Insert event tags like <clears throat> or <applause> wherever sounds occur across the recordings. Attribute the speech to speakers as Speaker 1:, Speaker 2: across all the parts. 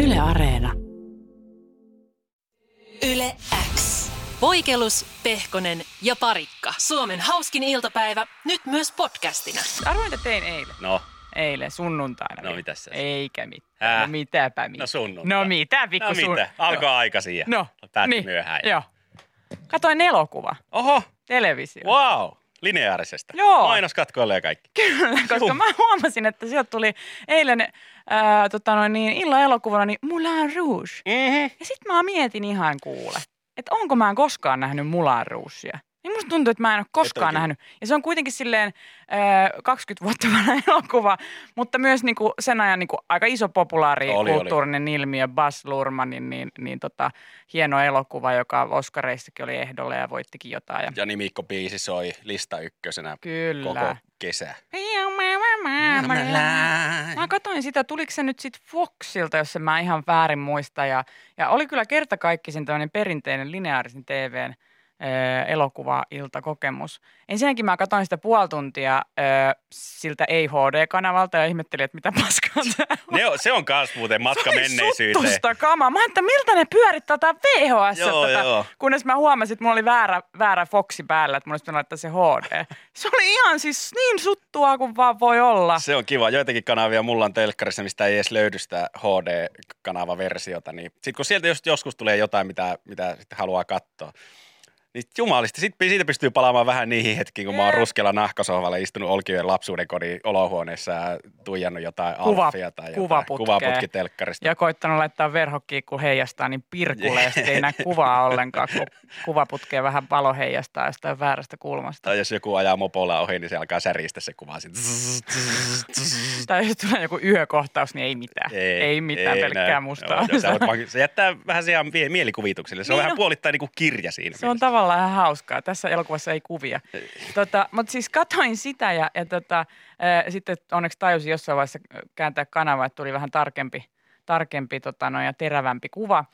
Speaker 1: Yle Areena.
Speaker 2: Yle X. Voikelus, Pehkonen ja Parikka. Suomen hauskin iltapäivä, nyt myös podcastina.
Speaker 3: Arvoin, että tein eilen.
Speaker 4: No,
Speaker 3: Eilen sunnuntaina.
Speaker 4: No,
Speaker 3: vielä.
Speaker 4: mitäs se-
Speaker 3: Eikä mitään.
Speaker 4: Hää?
Speaker 3: No mitäpä mitään.
Speaker 4: no sunnuntai.
Speaker 3: No mitä, pikku
Speaker 4: No
Speaker 3: sun-
Speaker 4: mitä, alkoi aikaisin ja
Speaker 3: No,
Speaker 4: päätti myöhään.
Speaker 3: Joo. Katoin elokuva,
Speaker 4: Oho,
Speaker 3: televisio.
Speaker 4: wow, lineaarisesta.
Speaker 3: Joo.
Speaker 4: Mainoskatkoilla ja kaikki.
Speaker 3: Kyllä, <laughs> koska mä huomasin, että sieltä tuli eilen ää, tota noin, niin, illan elokuvana niin Moulin Rouge.
Speaker 4: Mm-hmm.
Speaker 3: Ja sit mä mietin ihan kuule, että onko mä koskaan nähnyt Moulin Rougea. Niin musta tuntuu, että mä en ole koskaan
Speaker 4: oikein.
Speaker 3: nähnyt. Ja se on kuitenkin silleen ö, 20 vuotta vanha <laughs> elokuva, mutta myös niinku sen ajan niinku aika iso populaari
Speaker 4: Oli, oli.
Speaker 3: kulttuurinen ilmiö. Bas Lurmanin niin, niin tota, hieno elokuva, joka Oscareissakin oli ehdolla ja voittikin jotain. Ja...
Speaker 4: Ja nimikko biisi soi lista ykkösenä koko
Speaker 3: Kyllä.
Speaker 4: kesä.
Speaker 3: Mä katsoin sitä, tuliko se nyt sitten Foxilta, jos en mä ihan väärin muista. Ja, ja oli kyllä kertakaikkisen tämmöinen perinteinen lineaarisen TVn ö, öö, elokuva-iltakokemus. Ensinnäkin mä katsoin sitä puoli tuntia ö, siltä ei-HD-kanavalta ja ihmettelin, että mitä paskaa tää on.
Speaker 4: Ne on, se on kans muuten matka
Speaker 3: Se oli
Speaker 4: menneisyyteen.
Speaker 3: suttusta kamaa. Mä ajattelin, että miltä ne pyörittää tää VHS.
Speaker 4: Joo,
Speaker 3: tätä,
Speaker 4: joo.
Speaker 3: Kunnes mä huomasin, että mulla oli väärä, väärä Foxi päällä, että mun olisi pitänyt laittaa se HD. Se oli ihan siis niin suttua kuin vaan voi olla.
Speaker 4: <laughs> Se on kiva. Joitakin kanavia mulla on telkkarissa, mistä ei edes löydy sitä HD-kanavaversiota. Niin sitten kun sieltä just joskus tulee jotain, mitä, mitä sitten haluaa katsoa, niin jumalisti. Sitten siitä pystyy palaamaan vähän niihin hetkiin, kun mä oon
Speaker 3: Jep.
Speaker 4: ruskealla nahkasohvalla istunut Olkijoen lapsuuden kodin olohuoneessa ja tuijannut jotain
Speaker 3: Kuva-
Speaker 4: alfia tai
Speaker 3: kuvaputkea.
Speaker 4: jotain kuvaputkitelkkarista.
Speaker 3: Ja koittanut laittaa verhokkiin, kun heijastaa, niin pirkulle, ja sitten ei näe kuvaa ollenkaan, kun kuvaputkeen vähän valo heijastaa jostain väärästä kulmasta.
Speaker 4: Tai jos joku ajaa mopolla ohi, niin se alkaa säristä se kuva sitten.
Speaker 3: Tai jos tulee joku yökohtaus, niin ei mitään. Ei, ei mitään, ei, pelkkää
Speaker 4: näin.
Speaker 3: mustaa.
Speaker 4: Joo, joo, sä voit vaan- se jättää vähän siihen mie- mielikuvitukselle. Se on
Speaker 3: Niin
Speaker 4: vähän
Speaker 3: on.
Speaker 4: puolittain niin kuin kirja siinä.
Speaker 3: Se on
Speaker 4: mielessä.
Speaker 3: tavallaan ihan hauskaa. Tässä elokuvassa ei kuvia. Tota, Mutta siis katoin sitä ja, ja tota, ää, sitten onneksi tajusin jossain vaiheessa kääntää kanavaa, että tuli vähän tarkempi, tarkempi tota, no, ja terävämpi kuva.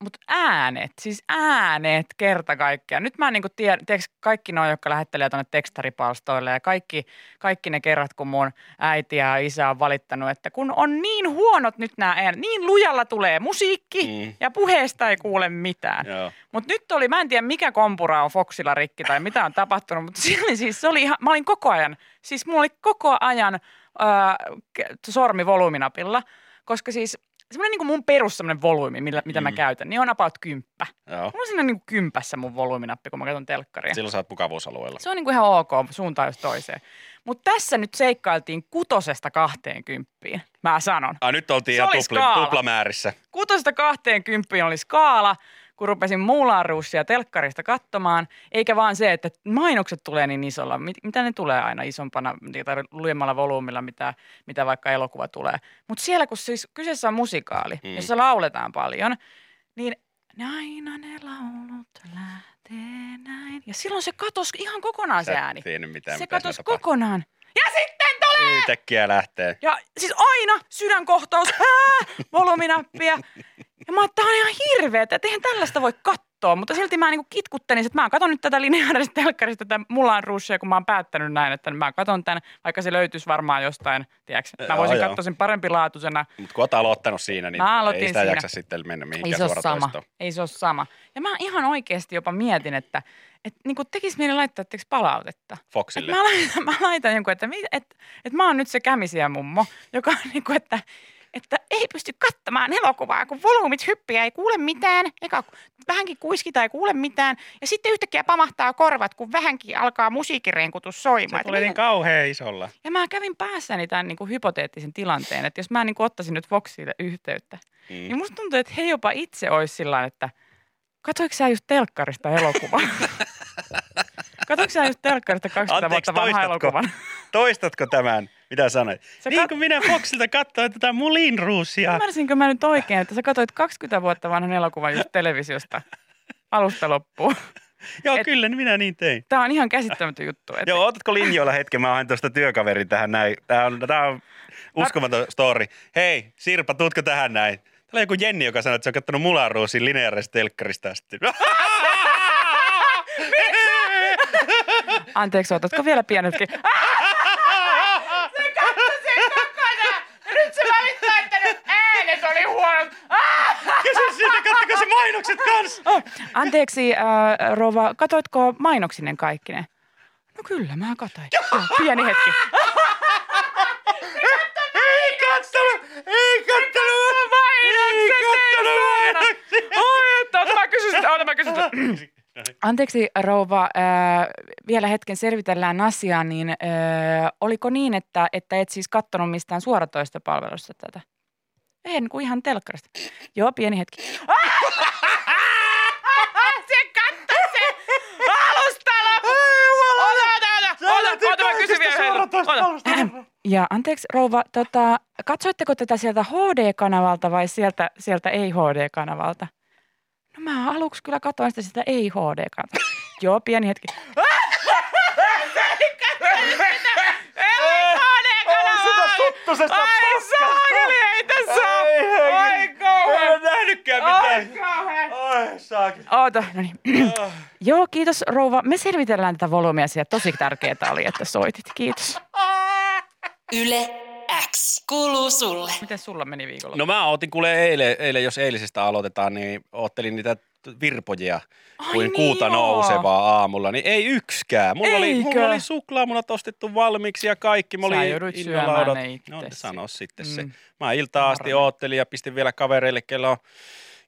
Speaker 3: Mutta äänet, siis äänet kerta kaikkiaan. Nyt mä niinku tiedän, tiedätkö, kaikki nuo, jotka lähettelee tuonne tekstaripalstoille ja kaikki, kaikki ne kerrat, kun mun äiti ja isä on valittanut, että kun on niin huonot nyt nämä äänet, niin lujalla tulee musiikki mm.
Speaker 4: Mm.
Speaker 3: ja puheesta ei kuule mitään.
Speaker 4: Joo.
Speaker 3: Mutta nyt oli, mä en tiedä mikä kompura on Foxilla rikki tai mitä on tapahtunut, mutta silti siis se oli ihan, mä olin koko ajan, siis mulla oli koko ajan ää, ke- sormi volyyminapilla, koska siis semmoinen niin mun perus semmoinen volyymi, millä, mitä mä
Speaker 4: Mm.
Speaker 3: käytän, niin on about kymppä.
Speaker 4: Joo.
Speaker 3: Mulla on siinä niin kympässä mun volyyminappi, kun mä katson telkkaria.
Speaker 4: Silloin sä oot mukavuusalueella.
Speaker 3: Se on niin kuin ihan ok suuntaan jos toiseen. Mutta tässä nyt seikkailtiin kutosesta kahteen kymppiin, mä sanon.
Speaker 4: Ah, nyt oltiin
Speaker 3: Se
Speaker 4: ihan
Speaker 3: oli
Speaker 4: tupli,
Speaker 3: skaala.
Speaker 4: tuplamäärissä.
Speaker 3: Kutosesta kahteen kymppiin oli skaala, kun rupesin muularuussia telkkarista katsomaan, eikä vaan se, että mainokset tulee niin isolla. Mit- Mitä ne tulee aina isompana tai lujemmalla volyymilla, mitä, mitä vaikka elokuva tulee. Mutta siellä, kun siis kyseessä on musikaali, mm.
Speaker 4: Mm.
Speaker 3: jossa lauletaan paljon, niin ne aina ne laulut lähtee näin. Ja silloin se katosi ihan kokonaan se
Speaker 4: Sä et
Speaker 3: ääni.
Speaker 4: tiennyt mitään,
Speaker 3: Se
Speaker 4: mitä siinä
Speaker 3: katosi
Speaker 4: tapahtui.
Speaker 3: kokonaan. Ja sitten tulee!
Speaker 4: Yhtäkkiä lähtee.
Speaker 3: Ja siis aina sydänkohtaus, ää, volyyminappia. Ja mä tämä on ihan hirveetä, että eihän tällaista voi katsoa. Mutta silti mä niinku kitkuttelin, että mä katson nyt tätä lineaarista telkkarista, tätä mulla on russia, kun mä oon päättänyt näin, että mä katson tämän, vaikka se löytyisi varmaan jostain, tiedäks. Mä
Speaker 4: Joo,
Speaker 3: voisin
Speaker 4: joo.
Speaker 3: katsoa sen parempilaatuisena.
Speaker 4: Mutta kun oot aloittanut siinä, niin
Speaker 3: Mä
Speaker 4: ei
Speaker 3: aloitin
Speaker 4: sitä
Speaker 3: siinä.
Speaker 4: jaksa sitten mennä
Speaker 3: Ei
Speaker 4: mihinkään
Speaker 3: se ole sama.
Speaker 4: suoratoistoon.
Speaker 3: Ei se ole sama. Ja mä ihan oikeasti jopa mietin, että, että niinku tekisi mieli laittaa etteikö palautetta. Et
Speaker 4: Foxille.
Speaker 3: mä, laitan, <laughs> mä laitan jonkun, että, mit- et, et mä oon nyt se kämisiä mummo, joka on niin kuin, että, että ei pysty katsomaan elokuvaa, kun volyymit hyppiä, ei kuule mitään, eikä vähänkin kuiskita, ei kuule mitään. Ja sitten yhtäkkiä pamahtaa korvat, kun vähänkin alkaa musiikkirenkutus soimaan.
Speaker 4: Se
Speaker 3: Että
Speaker 4: tuli niin
Speaker 3: mitä-
Speaker 4: kauhean isolla.
Speaker 3: Ja mä kävin päässäni tämän niin kuin hypoteettisen tilanteen, että jos mä niin kuin ottaisin nyt Voxille yhteyttä,
Speaker 4: Mm.
Speaker 3: niin musta tuntuu, että he jopa itse olisi sillä lailla, että katoiko sä just telkkarista elokuvaa? <laughs> katoiko sä just telkkarista 20 vuotta
Speaker 4: Anteeksi,
Speaker 3: vanha
Speaker 4: toistatko?
Speaker 3: elokuvan?
Speaker 4: <laughs>
Speaker 3: <laughs>
Speaker 4: Toistatko tämän, mitä sanoit?
Speaker 3: Sä
Speaker 4: niin
Speaker 3: kat-
Speaker 4: kuin minä Foxilta katsoin tätä Mulin ruusia.
Speaker 3: Ymmärsinkö mä nyt oikein, että sä katsoit 20 vuotta vanhan elokuvan just televisiosta alusta loppuun? <laughs>
Speaker 4: Joo,
Speaker 3: et-
Speaker 4: kyllä, niin minä niin tein.
Speaker 3: Tämä on ihan käsittämätön juttu. Että
Speaker 4: Joo, otatko linjoilla hetken? Mä haen tuosta työkaverin tähän näin. Tää on, tää on uskomaton story. Hei, Sirpa, tuutko tähän näin? Täällä on joku Jenni, joka sanoi, että se on kattonut Mulan ruusin lineaarista telkkarista ja <laughs> sitten.
Speaker 3: Anteeksi, otatko vielä pienet
Speaker 4: <laughs>
Speaker 3: <laughs> hetki?
Speaker 5: Nyt se valittaa, että ne äänet on
Speaker 3: oli huono. Ah!
Speaker 4: Ja se siitä kattokaa se mainokset kanssa.
Speaker 3: <laughs> Anteeksi, äh, Rova, katoitko mainoksinen kaikki ne? No kyllä, mä katoin. Joo, pieni hetki.
Speaker 4: Ei kattelu, ei kattelu, ei kattelu mainokset.
Speaker 3: Oi, että oota, mä kysyn, sitä, oota, mä kysyn. sitä. Anteeksi, rouva, äh, vielä hetken selvitellään asiaa, niin äh, oliko niin, että, että et siis kattonut mistään suoratoista palvelusta tätä? En, kun ihan telkkarista. Joo, pieni hetki. <laughs> se kattoi se alusta loppuun. Ota, ota, ota, mä kysyn vielä yhdeltä. Ota. Ja anteeksi rouva, tota, katsoitteko tätä sieltä HD-kanavalta vai sieltä, sieltä ei-HD-kanavalta? No mä aluksi kyllä katsoin sitä sitä ei-HD-kanavalta. <laughs> Joo, pieni hetki.
Speaker 4: Sitä tuttusesta
Speaker 3: Ai saakeli, ei tässä ole. Ai kauhean.
Speaker 4: En nähnytkään
Speaker 3: Ai
Speaker 4: mitään.
Speaker 3: kauhean.
Speaker 4: Ai saakin.
Speaker 3: Oota, no niin.
Speaker 4: Ah.
Speaker 3: Joo, kiitos rouva. Me selvitellään tätä volyymia siellä. Tosi tärkeää oli, että soitit. Kiitos.
Speaker 2: Yle X. Kuuluu sulle.
Speaker 3: Miten sulla meni viikolla?
Speaker 4: No mä otin kuule eilen, eilen, jos eilisestä aloitetaan, niin ottelin niitä t- virpojia
Speaker 3: Ai
Speaker 4: kuin
Speaker 3: niin
Speaker 4: kuuta
Speaker 3: joo.
Speaker 4: aamulla, aamulla, niin ei yksikään. Mulla oli, mulla
Speaker 3: Eikö?
Speaker 4: oli suklaamunat ostettu valmiiksi ja kaikki. Mä
Speaker 3: Sä
Speaker 4: olin
Speaker 3: joudut
Speaker 4: innolla
Speaker 3: syömään
Speaker 4: odot-
Speaker 3: ne itse
Speaker 4: No
Speaker 3: sitten.
Speaker 4: sano sitten se.
Speaker 3: Mm.
Speaker 4: Mä iltaa asti
Speaker 3: Varmaan.
Speaker 4: oottelin ja pistin vielä kavereille, kello on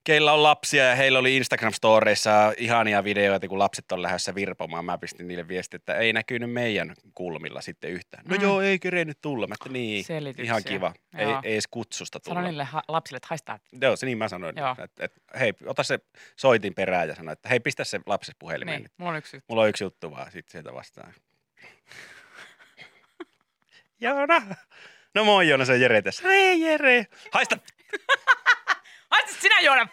Speaker 4: keillä on lapsia ja heillä oli Instagram-storeissa ihania videoita, kun lapset on lähdössä virpomaan. Mä pistin niille viestiä, että ei näkynyt meidän kulmilla sitten yhtään. No
Speaker 3: Mm.
Speaker 4: joo, ei kerennyt tulla. Mä että niin,
Speaker 3: Selityksiä.
Speaker 4: ihan kiva. Ei,
Speaker 3: Joo.
Speaker 4: ei edes kutsusta tulla.
Speaker 3: Sano niille ha- lapsille, että haistaa.
Speaker 4: Joo, se niin mä sanoin.
Speaker 3: Joo.
Speaker 4: Että, että, hei, ota se soitin perään ja sano, että hei, pistä se lapsi puhelimeen.
Speaker 3: Niin,
Speaker 4: Niin.
Speaker 3: mulla on yksi juttu.
Speaker 4: Mulla on yksi juttu vaan, sit sieltä vastaan. <laughs> Joona. No moi Joona, se on Jere tässä. Hei Jere. Haista.
Speaker 3: Haista siis sinä,
Speaker 4: <laughs>
Speaker 3: Joona!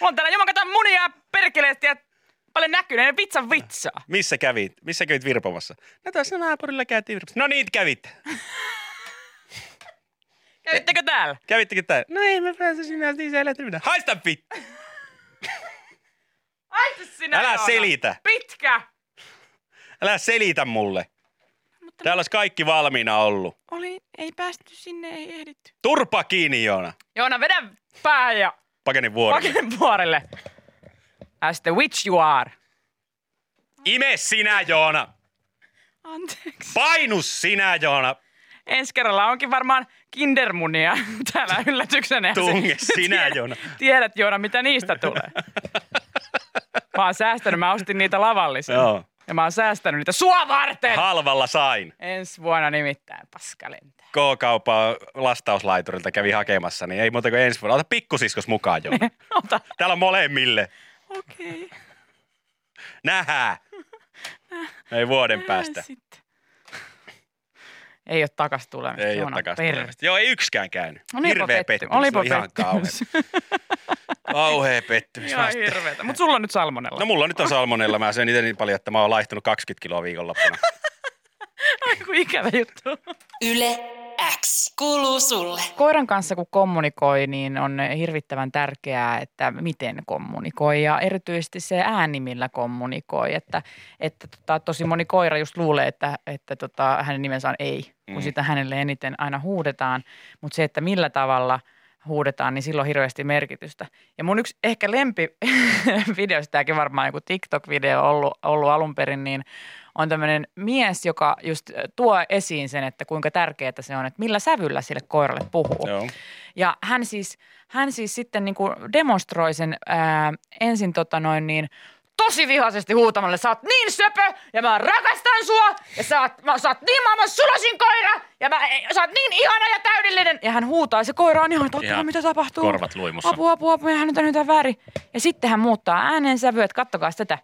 Speaker 3: Mulla on täällä jumakata munia perkeleesti ja paljon näkyneen vitsan vitsaa.
Speaker 4: Missä kävit? Missä kävit virpomassa? No tässä naapurilla käytiin virpomassa. No niin, kävit. Eh.
Speaker 3: Kävittekö täällä?
Speaker 4: Kävittekö tää? No ei, mä pääsin sinä sisällä. Haista pit.
Speaker 3: Haista siis sinä,
Speaker 4: Älä
Speaker 3: Joona.
Speaker 4: selitä.
Speaker 3: Pitkä!
Speaker 4: Älä selitä mulle.
Speaker 3: Mutta
Speaker 4: Täällä olisi kaikki valmiina ollut.
Speaker 3: oli, ei päästy sinne, ei ehditty.
Speaker 4: Turpa kiinni Joona.
Speaker 3: Joona, vedä pää ja
Speaker 4: Pakene vuorille.
Speaker 3: pakene vuorelle. As the witch you are.
Speaker 4: Ime sinä Joona.
Speaker 3: Anteeksi.
Speaker 4: Painu sinä, Joona.
Speaker 3: Ensi kerralla onkin varmaan kindermunia <laughs> täällä yllätyksenä.
Speaker 4: Tunge sinä, Joona.
Speaker 3: Tiedät, Joona, mitä niistä
Speaker 4: <laughs>
Speaker 3: tulee. Mä oon säästänyt, mä ostin niitä lavallisena.
Speaker 4: Joo.
Speaker 3: Ja mä oon säästänyt niitä sua varten.
Speaker 4: Halvalla sain.
Speaker 3: Ensi vuonna nimittäin paska lentää.
Speaker 4: K-kaupan lastauslaiturilta kävi hakemassa, niin ei muuta kuin ensi vuonna. Ota pikkusiskos mukaan,
Speaker 3: <laughs>
Speaker 4: Joona.
Speaker 3: Ota.
Speaker 4: Täällä on molemmille.
Speaker 3: Okei. Okay. <laughs>
Speaker 4: Nähää. Ei vuoden päästä.
Speaker 3: Sitten. Ei ole takas tulemista.
Speaker 4: Ei ole
Speaker 3: Joona,
Speaker 4: takas
Speaker 3: perhe. niin
Speaker 4: tulemista. Joo, ei yksikään käynyt.
Speaker 3: Olipa
Speaker 4: Hirveä
Speaker 3: pettymys.
Speaker 4: pettymys.
Speaker 3: Olipa
Speaker 4: No ihan
Speaker 3: <laughs>
Speaker 4: kauhea.
Speaker 3: pettymys.
Speaker 4: Kauhea pettymys.
Speaker 3: Ihan
Speaker 4: vasta.
Speaker 3: hirveetä. Mutta sulla on nyt salmonella.
Speaker 4: No mulla nyt on salmonella. Mä söin itse niin paljon, että mä oon laihtunut 20 kiloa viikonloppuna.
Speaker 3: Aiku ikävä juttu.
Speaker 2: Yle X. Kuuluu sulle.
Speaker 3: Koiran kanssa kun kommunikoi, niin on hirvittävän tärkeää, että miten kommunikoi ja erityisesti se ääni, millä kommunikoi. Että, että tota, tosi moni koira just luulee, että, että tota, hänen nimensä on ei, kun
Speaker 4: Mm.
Speaker 3: sitä hänelle eniten aina huudetaan. Mutta se, että millä tavalla huudetaan, niin sillä on hirveästi merkitystä. Ja mun yksi ehkä lempi <laughs> video, tämäkin varmaan joku TikTok-video ollut, ollut alun perin, niin on tämmöinen mies, joka just äh, tuo esiin sen, että kuinka tärkeää se on, että millä sävyllä sille koiralle puhuu.
Speaker 4: Joo.
Speaker 3: Ja hän siis, hän siis sitten niin kuin demonstroi sen ää, ensin tota noin niin, tosi vihaisesti huutamalle, sä oot niin söpö ja mä rakastan sua ja sä oot, mä, sä oot niin maailman sulosin koira ja mä, sä oot niin ihana ja täydellinen. Ja hän huutaa ja se koira on ihan, että
Speaker 4: Ihan
Speaker 3: ottakaa mitä tapahtuu.
Speaker 4: korvat luimussa.
Speaker 3: Apua, apua, apua, hän on jotain väärin. Ja sitten hän muuttaa äänensävyä, että kattokaa tätä.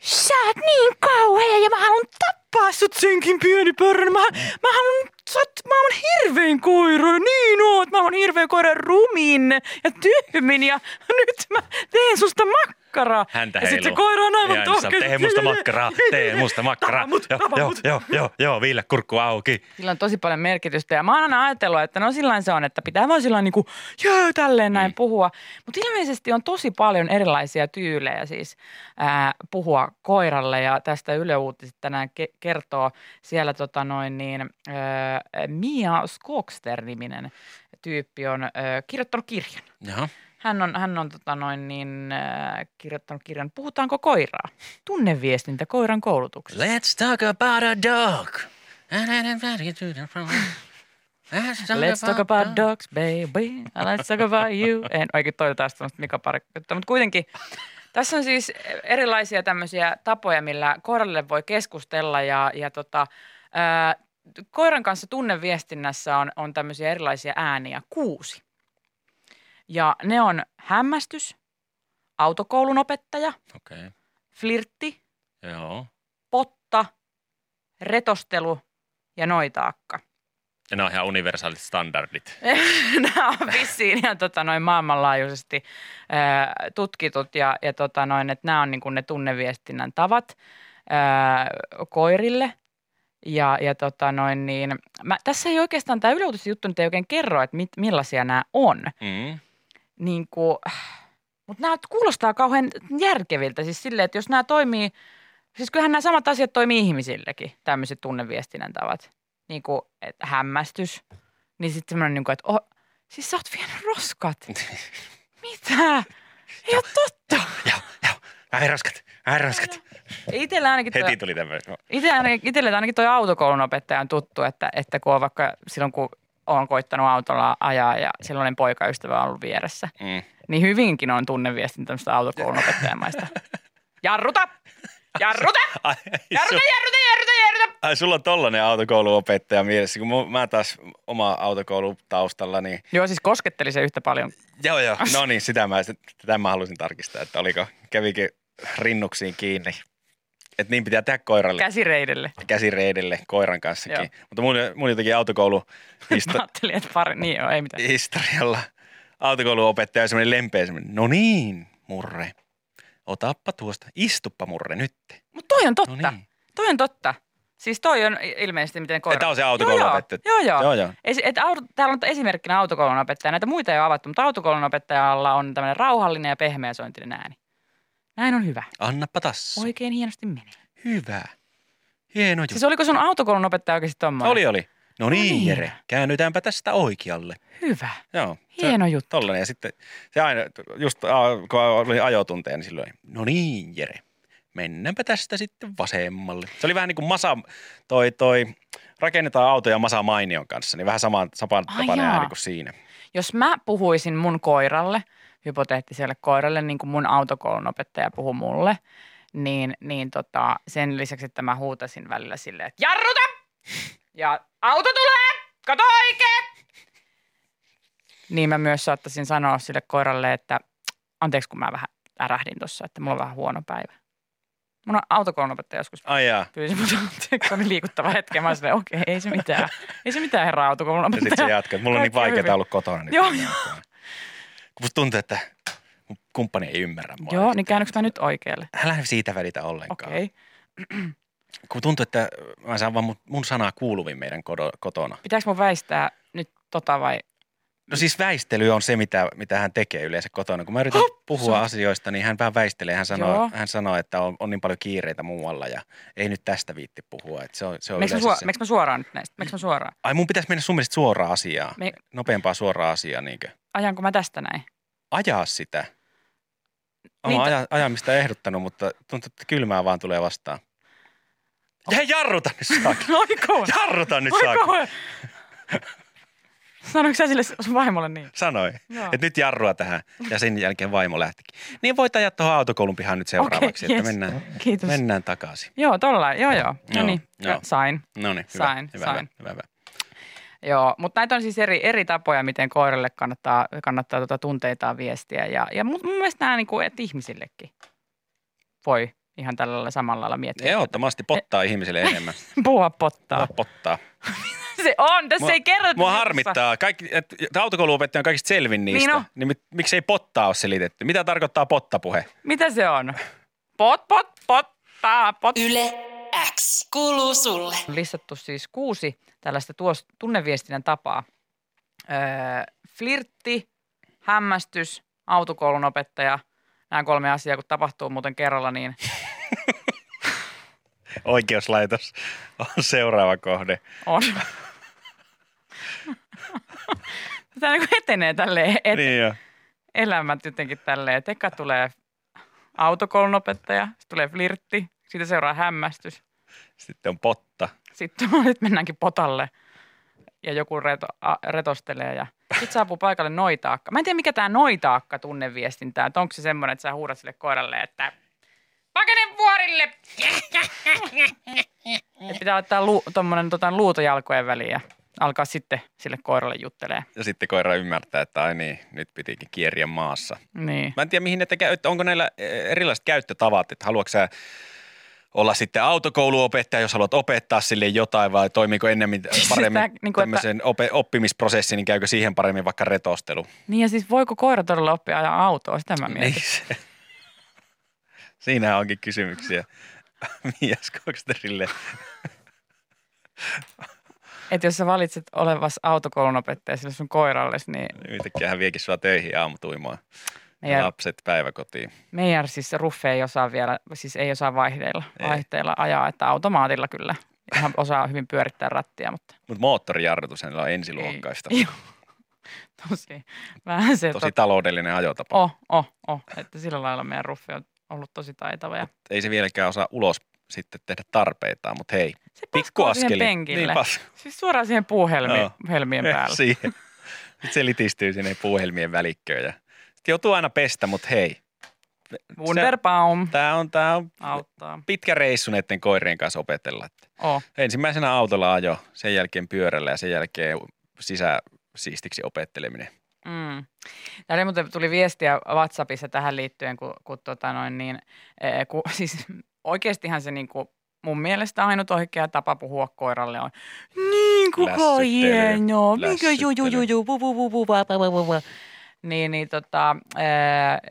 Speaker 3: Sä oot niin kauhea ja mä haluan tappaa sut senkin pieni pörrön. Mä, mä haluan, sä oot, mä oon hirveän koira, niin oot. Mä oon hirveän koira rumin ja tyhmin ja nyt mä teen susta makkaa. makkaraa.
Speaker 1: Häntä
Speaker 3: ja sitten se
Speaker 1: heiluu.
Speaker 3: koira on aivan
Speaker 1: Ja
Speaker 3: tuossa.
Speaker 1: Tee musta makkaraa, tee musta makkaraa.
Speaker 3: Tapa mut,
Speaker 1: Joo,
Speaker 3: tapa
Speaker 1: joo,
Speaker 3: mut.
Speaker 1: joo, joo, joo, viille kurkku auki.
Speaker 3: Sillä on tosi paljon merkitystä ja mä oon aina ajatellut, että no sillä se on, että pitää vaan sillä niinku jöö, tälleen näin puhua. Mutta ilmeisesti on tosi paljon erilaisia tyylejä siis ää, puhua koiralle ja tästä Yle Uutiset tänään ke- kertoo siellä tota noin niin ää, Mia Skokster-niminen tyyppi on ää, kirjoittanut kirjan.
Speaker 1: Jaha.
Speaker 3: Hän on, hän on tota noin niin, ää, kirjoittanut kirjan Puhutaanko koiraa? Tunneviestintä koiran koulutuksessa.
Speaker 1: Let's talk about a dog.
Speaker 3: Let's talk about dogs, baby. Let's talk about <laughs> you. En oikein toi oli taas tämmöistä Mika Parikkoutta, mutta kuitenkin tässä on siis erilaisia tämmöisiä tapoja, millä koiralle voi keskustella ja, ja tota, ää, koiran kanssa tunneviestinnässä on, on tämmöisiä erilaisia ääniä, kuusi. Ja ne on hämmästys, autokoulun opettaja,
Speaker 1: Okei, okay.
Speaker 3: flirtti,
Speaker 1: joo.
Speaker 3: potta, retostelu ja noitaakka.
Speaker 1: Ja nämä on ihan universaalit standardit.
Speaker 3: <laughs> Nämä on vissiin ihan tota, noin maailmanlaajuisesti ää, tutkitut ja, ja tota, noin, että nämä on niin kuin ne tunneviestinnän tavat ää, koirille. Ja, ja tota, noin, niin, mä, tässä ei oikeastaan tämä yleuutisjuttu nyt ei oikein kerro, että mit, millaisia nämä on.
Speaker 1: Mm.
Speaker 3: Niin kuin, <sighs> mutta nämä kuulostaa kauhean järkeviltä siis silleen, että jos nämä toimii, siis kyllähän nämä samat asiat toimii ihmisillekin, tämmöiset tunneviestinnän tavat. Niin kuin, että hämmästys, niin sitten semmoinen, niin kuin, että oh, siis sä oot vienyt roskat. Mitä? Ei ole totta.
Speaker 1: <laughs> Joo, joo. Vähän raskat, vähän raskat.
Speaker 3: Itsellä ainakin toi,
Speaker 4: Heti tuli
Speaker 1: no,
Speaker 4: tämmöinen.
Speaker 3: itsellä ainakin, itsellä ainakin toi autokoulun opettaja on tuttu, että, että kun on vaikka silloin, kun on koittanut autolla ajaa ja silloinen poikaystävä on ollut vieressä,
Speaker 4: Mm.
Speaker 3: niin hyvinkin on tunneviestintä tämmöistä autokoulun opettajamaista. Jarruta!
Speaker 4: <laughs>
Speaker 3: Jarruta!
Speaker 4: Ai,
Speaker 3: Jarruta,
Speaker 4: sun,
Speaker 3: jarruta, jarruta, jarruta!
Speaker 4: ai, sulla on tollanen autokouluopettaja mielessä, kun mu- mä taas oma autokoulutaustalla, niin
Speaker 3: Joo, siis kosketteli se yhtä paljon.
Speaker 4: Joo,
Speaker 3: <laughs>
Speaker 4: joo. No niin, sitä mä, sitä mä halusin tarkistaa, että oliko, kävikin rinnuksiin kiinni. Että niin pitää tehdä koiralle,
Speaker 3: Käsireidelle.
Speaker 4: käsireidelle koiran kanssakin.
Speaker 3: Joo.
Speaker 4: Mutta mun, mun jotenkin autokoulu
Speaker 3: <laughs> Mä ajattelin, että pari, niin joo, ei mitään.
Speaker 4: historialla autokouluopettaja on semmoinen lempeä semmoinen, no niin, murre, otappa tuosta, istuppa murre nyt.
Speaker 3: Mutta toi on
Speaker 4: No
Speaker 3: totta.
Speaker 4: niin.
Speaker 3: Toi on totta. Siis toi on ilmeisesti miten koira.
Speaker 4: Tämä on se
Speaker 3: joo,
Speaker 4: autokouluopettaja.
Speaker 3: joo, joo.
Speaker 4: Joo,
Speaker 3: joo.
Speaker 4: joo.
Speaker 3: Esi- et, au- täällä on esimerkkinä autokoulun opettaja. Näitä muita ei ole avattu, mutta autokoulun opettajalla on tämmöinen rauhallinen ja pehmeä sointinen ääni. Näin on hyvä.
Speaker 4: Annappa tassu.
Speaker 3: Oikein hienosti menee.
Speaker 4: Hyvä. Hieno juttu.
Speaker 3: Siis oliko sun autokoulun opettaja oikeasti tommoinen?
Speaker 4: Oli, oli. No niin,
Speaker 3: niin.
Speaker 4: Jere, käännytäänpä tästä oikealle.
Speaker 3: Hyvä.
Speaker 4: Joo. se-
Speaker 3: Hieno juttu.
Speaker 4: Tollainen. Ja sitten se aina, just a, kun oli ajotunteja, niin silloin, no niin Jere, mennäänpä tästä sitten vasemmalle. Se oli vähän niin kuin Masa, toi, toi, rakennetaan autoja Masa Mainion kanssa, niin vähän samaan saman
Speaker 3: Ai
Speaker 4: tapainen
Speaker 3: jaa.
Speaker 4: ääni kuin siinä.
Speaker 3: Jos mä puhuisin mun koiralle, hypoteettiselle koiralle, niin kuin mun autokoulun opettaja puhui mulle, niin, niin tota, sen lisäksi, että mä huutasin välillä silleen, että jarruta! Ja auto tulee! Kato oikein! Niin mä myös saattaisin sanoa sille koiralle, että anteeksi kun mä vähän ärähdin tuossa, että mulla on vähän huono päivä. Mun autokoulun opettaja joskus
Speaker 4: Ai jaa.
Speaker 3: pyysi mut anteeksi, se oli liikuttava hetki. Mä olin silleen, okei, ei se mitään. Ei se mitään herra autokoulun
Speaker 4: Ja sitten se
Speaker 3: opettaja.
Speaker 4: jatkaa, että mulla on niin
Speaker 3: Kaikki on hyvin.
Speaker 4: vaikeaa ollut kotona. Nyt
Speaker 3: Joo,
Speaker 4: kun
Speaker 3: joo.
Speaker 4: Kun musta tuntuu, että mun kumppani ei ymmärrä mua.
Speaker 3: Joo, niin käännykö mä nyt oikealle?
Speaker 4: Älä siitä välitä ollenkaan.
Speaker 3: Okei. Okay.
Speaker 4: Kun tuntuu, että mä saan vaan mun, mun sanaa kuuluvin meidän kodo- kotona.
Speaker 3: Pitääkö mun väistää nyt tota vai?
Speaker 4: No siis väistely on se, mitä, mitä hän tekee yleensä kotona. Kun mä yritän puhua asioista, niin hän vähän väistelee. Hän sanoo,
Speaker 3: Joo.
Speaker 4: hän sanoo että on, on niin paljon kiireitä muualla ja ei nyt tästä viitti puhua. Että se on, se on
Speaker 3: Meiks mä,
Speaker 4: yleensä
Speaker 3: suor-
Speaker 4: se.
Speaker 3: meiks mä suoraan nyt näistä? Meiks mä suoraan?
Speaker 4: Ai mun pitäisi mennä sun mielestä suoraan asiaan. Me...
Speaker 3: Me-
Speaker 4: Nopeampaa suoraan asiaan, niinkö?
Speaker 3: Ajanko mä tästä näin? <laughs>
Speaker 4: Ajaa sitä. Mä
Speaker 3: Niin,
Speaker 4: oon aja, ajamista ehdottanut, mutta tuntuu, että kylmää vaan tulee vastaan.
Speaker 3: Oh.
Speaker 4: Hei, jarruta nyt saakka.
Speaker 3: Oiko?
Speaker 4: Jarruta nyt saakka.
Speaker 3: Oiko? <laughs> Sanoitko sä sille sun vaimolle niin?
Speaker 4: Sanoi.
Speaker 3: Joo.
Speaker 4: Että nyt jarrua tähän. Ja sen jälkeen vaimo lähtikin. Niin voit ajaa tuohon autokoulun pihaan nyt seuraavaksi,
Speaker 3: Okei,
Speaker 4: okay, että
Speaker 3: jes.
Speaker 4: mennään,
Speaker 3: Kiitos.
Speaker 4: mennään takaisin.
Speaker 3: Joo, tolla, joo joo. No
Speaker 4: Joo,
Speaker 3: niin,
Speaker 4: joo.
Speaker 3: sain.
Speaker 4: No niin, hyvä,
Speaker 3: Sain,
Speaker 4: hyvä,
Speaker 3: sain.
Speaker 4: hyvä, hyvä,
Speaker 3: Joo, mutta näitä on siis eri, eri tapoja, miten koiralle kannattaa, kannattaa tuota tunteitaan viestiä. Ja, ja mun, mun mielestä nämä niin kuin, että ihmisillekin voi ihan tällä lailla samalla lailla miettiä. <laughs>
Speaker 4: hyvä. Ehdottomasti pottaa ihmiselle enemmän.
Speaker 3: Puhua pottaa.
Speaker 4: Pottaa.
Speaker 3: se on. Tässä ei kerrota.
Speaker 4: Mua
Speaker 3: tässä.
Speaker 4: harmittaa. Kaikki, et, autokouluopettaja on kaikista selvin niistä.
Speaker 3: Niin on.
Speaker 4: Niin mit, miksi ei pottaa ole selitetty? Mitä tarkoittaa pottapuhe?
Speaker 3: Mitä se on? Pot, pot, pottaa, pot.
Speaker 2: Yle X. Kuuluu sulle.
Speaker 3: On listattu siis kuusi tällaista tuos, tunneviestinnän tapaa. Öö, flirtti, hämmästys, autokoulun opettaja. Nämä kolme asiaa, kun tapahtuu muuten kerralla, niin
Speaker 4: Oikeuslaitos on seuraava kohde.
Speaker 3: on. Tämä niin etenee tälleen et, niin.
Speaker 4: Niin jo.
Speaker 3: elämät jotenkin tälleen. Teka tulee autokoulun opettaja, sitten tulee flirtti, siitä seuraa hämmästys.
Speaker 4: Sitten on potta.
Speaker 3: Sitten <laughs> nyt mennäänkin potalle ja joku reto, a, retostelee ja sitten saapuu paikalle noitaakka. Mä en tiedä, mikä tämä noitaakka tunneviestintää, että onko se semmoinen, että sä huudat sille koiralle, että pakene vuorille! Et pitää laittaa lu, tommonen, tota, luuto jalkojen väliin ja alkaa sitten sille koiralle juttelee.
Speaker 4: Ja sitten koira ymmärtää, että ai niin, nyt pitikin kierriä maassa.
Speaker 3: Niin.
Speaker 4: Mä en tiedä, mihin ne tekee, että onko näillä eh, erilaiset käyttötavat, että haluatko sä olla sitten autokouluopettaja, jos haluat opettaa sille jotain vai toimiiko ennemmin
Speaker 3: <laughs> Siis
Speaker 4: paremmin
Speaker 3: tää niinku, että-
Speaker 4: tämmöisen ope- oppimisprosessin, niin käykö siihen paremmin vaikka retostelu?
Speaker 3: niin ja siis voiko koira todella oppia ajaa autoa, sitä mä mietin.
Speaker 4: Niin se. <laughs> Siinä onkin kysymyksiä <laughs> Mia Skoksterille.
Speaker 3: Että jos sä valitset olevas autokoulun opettaja sille sun koiralle, niin
Speaker 4: Yhtäkkiä hän viekin sua töihin aamutuimaan.
Speaker 3: meidän
Speaker 4: Ja lapset päiväkotiin.
Speaker 3: Meijer siis se ruffe ei osaa vielä, siis ei osaa vaihteilla,
Speaker 4: Ei.
Speaker 3: vaihteilla ajaa, että automaatilla kyllä. Ihan osaa hyvin pyörittää rattia, mutta
Speaker 4: Mutta moottorijarrutus hänellä on ensiluokkaista.
Speaker 3: <laughs> Joo. tosi vähän se,
Speaker 4: Tosi taloudellinen ajotapa.
Speaker 3: oh, oh, oh, että sillä lailla meidän ruffe on ollut tosi taitava. Ja
Speaker 4: Ei se vieläkään osaa ulos sitten tehdä tarpeitaan, mutta hei,
Speaker 3: se paskoo siihen
Speaker 4: pikkuaskeli.
Speaker 3: penkille.
Speaker 4: Niin pas,
Speaker 3: Siis suoraan siihen puuhelmien
Speaker 4: Joo. Eh,
Speaker 3: helmien päälle.
Speaker 4: <laughs> siihen. Nyt se litistyy sinne puuhelmien välikköön. Ja... Sitten joutuu aina pestä, mutta hei,
Speaker 3: Wunderbaum
Speaker 4: tämä on, tää on
Speaker 3: auttaa.
Speaker 4: pitkä reissu näiden koirien kanssa opetella. Että
Speaker 3: Oh.
Speaker 4: Ensimmäisenä autolla ajo, sen jälkeen pyörällä ja sen jälkeen sisäsiistiksi opetteleminen.
Speaker 3: Mm. Täällä muuten tuli viestiä WhatsAppissa tähän liittyen, kun, kun, tota noin, niin, eh, kun <laughs> siis oikeastihan se niin kuin, mun mielestä ainut oikea tapa puhua koiralle on niin kuka
Speaker 4: Lässyttely,
Speaker 3: hienoa, mikä juu juu
Speaker 4: lässyttely.
Speaker 3: juu juu, vu, vu, vu, vu, va, va, va, va, va. Niin, niin tota, eh,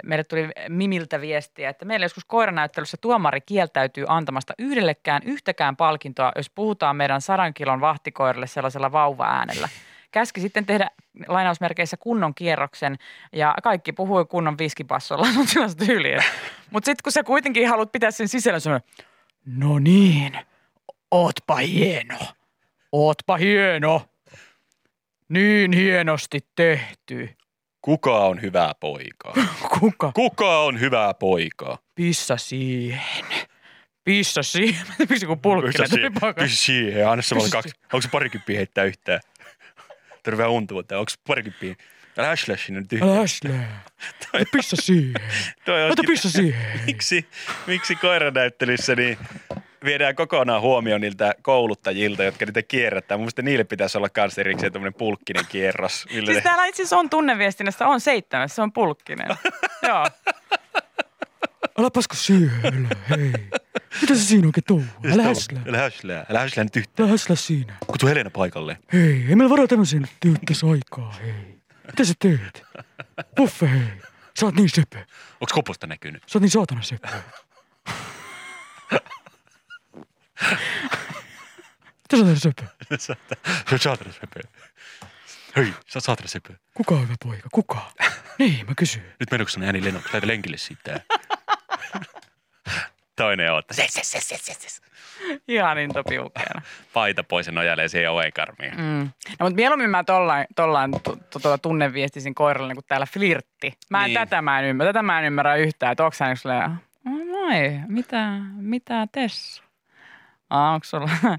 Speaker 3: meille tuli Mimiltä viestiä, että meillä joskus koiranäyttelyssä tuomari kieltäytyy antamasta yhdellekään yhtäkään palkintoa, jos puhutaan meidän sadan kilon vahtikoirille sellaisella vauva-äänellä. Käski sitten tehdä lainausmerkeissä kunnon kierroksen ja kaikki puhui kunnon viskipassolla <laughs> sun sellaista tyyliä. Mutta sitten kun sä kuitenkin haluat pitää sen sisällä semmoinen, no niin, ootpa hieno, ootpa hieno, niin hienosti tehty.
Speaker 4: Kuka on hyvää
Speaker 3: <laughs>
Speaker 4: poikaa?
Speaker 3: Kuka?
Speaker 4: Kuka on hyvää poikaa?
Speaker 3: Pissa siihen. Pissa siihen. Miksi kun pulkkinen tuli pakas?
Speaker 4: siihen, anna se
Speaker 3: vaan kaksi.
Speaker 4: Onko se parikymppiä heittää yhtään? Tarvii vähän untua, että onko se parikymppiä? Älä slash sinne nyt yhtään.
Speaker 3: Asle. Pissa siihen.
Speaker 4: Toi
Speaker 3: Laita
Speaker 4: onkin-
Speaker 3: pissa siihen.
Speaker 4: <laughs> miksi, miksi koiranäyttelyssä niin viedään kokonaan huomioon niiltä kouluttajilta, jotka niitä kierrättää. Mun mielestä niille pitäisi olla kans erikseen tämmöinen pulkkinen kierros. Millä
Speaker 3: Siis
Speaker 4: ne...
Speaker 3: täällä itse asiassa on tunneviestinnässä, on seitsemäs, se on <laughs> pulkkinen. Joo.
Speaker 5: Älä pasko siellä, hei. Mitä se siinä oikein touhuu? Älä häslää.
Speaker 4: Siis Älä häslää. Älä häslää nyt yhtään.
Speaker 5: Älä häslää siinä.
Speaker 4: Kutsu Helena paikalle.
Speaker 5: Hei, ei meillä varaa tämmöisen nyt tyyttäis aikaa, hei. Mitä sä teet? Puffe, hei. Sä oot niin söpö.
Speaker 4: Onko koposta näkynyt? <laughs>
Speaker 5: Sä oot niin saatana söpö. Mitä sä oot söpö?
Speaker 4: Sä oot saatana sepö. Hei, sä oot saatana sepö.
Speaker 5: Kuka on hyvä poika? Kuka? Niin, mä kysyn.
Speaker 4: Nyt mennäänkö sun ääni lennoksi? Laita lenkille siitä. <laughs> Toinen on,
Speaker 3: Siis-
Speaker 4: se, se, se, se, se, se.
Speaker 3: Ihan into piukeena.
Speaker 4: Paita pois ja nojailee siihen ovenkarmiin.
Speaker 3: Mm. No, mutta mieluummin mä tollain, tollain tu, tu, tu, tunneviestisin koiralle niin kuin täällä flirtti. Mä en,
Speaker 4: Niin.
Speaker 3: niin. tätä, mä en ymmärrä, tätä mä en ymmärrä yhtään, että onko hän yksi silleen, "Oh, moi, mitä, mitä tes? Aa, onko sulla, <laughs>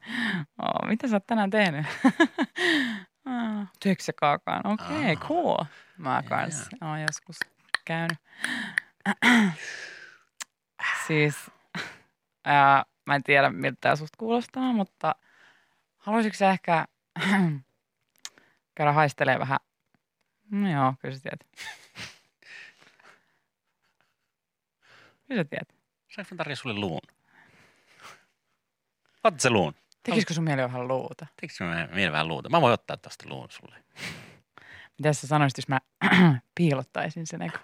Speaker 3: oh, mitä sä oot tänään tehnyt? <laughs> Aa, Teekö se kaakaan? Okei, okay, cool. Mä kanssa oon joskus käynyt. siis, ää, mä en tiedä miltä tää susta kuulostaa, mutta haluaisitko sä ehkä käydä haistelee vähän? No joo, kyllä sä tiedät. kyllä sä tiedät.
Speaker 4: Saanko mä tarjoa sulle luun? Ota se luun.
Speaker 3: Tekisikö sun mieli vähän luuta?
Speaker 1: Teikö mä mieli vähän luuta? Mä voin ottaa tosta luun sulle.
Speaker 3: Mitä sä sanoisit, jos mä <clears throat> piilottaisin sen eka?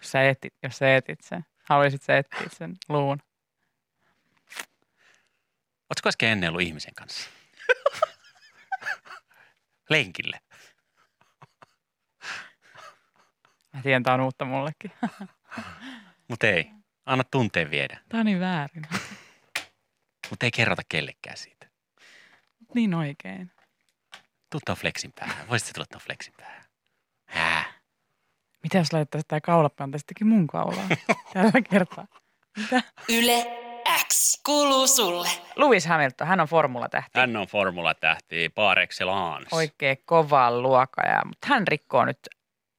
Speaker 3: Jos sä etit, jos sä etit sen. Haluaisit sä etsiä sen luun?
Speaker 1: Ootko äsken ennen ollut ihmisen kanssa? <laughs> Lenkille.
Speaker 3: Mä tiedän, tää on uutta mullekin.
Speaker 1: Mut ei. Anna tunteen viedä.
Speaker 3: <laughs> Tää on niin <laughs> väärin.
Speaker 1: Mut ei kerrota kellekään siitä.
Speaker 3: Mut Niin oikein.
Speaker 1: Tuu tuon flexin päähän. Voisit sä tulla tuon flexin päähän? Hää?
Speaker 3: Mitä jos laittaisi tää kaulapantaisi teki mun <laughs> kaulaa? Tällä kertaa. Mitä?
Speaker 2: Yle X kuuluu sulle.
Speaker 3: Lewis Hamilton, hän on formulatähti.
Speaker 1: Hän on formulatähti par excellence.
Speaker 3: Oikein kovaa luokaa, ja- mutta hän rikkoo nyt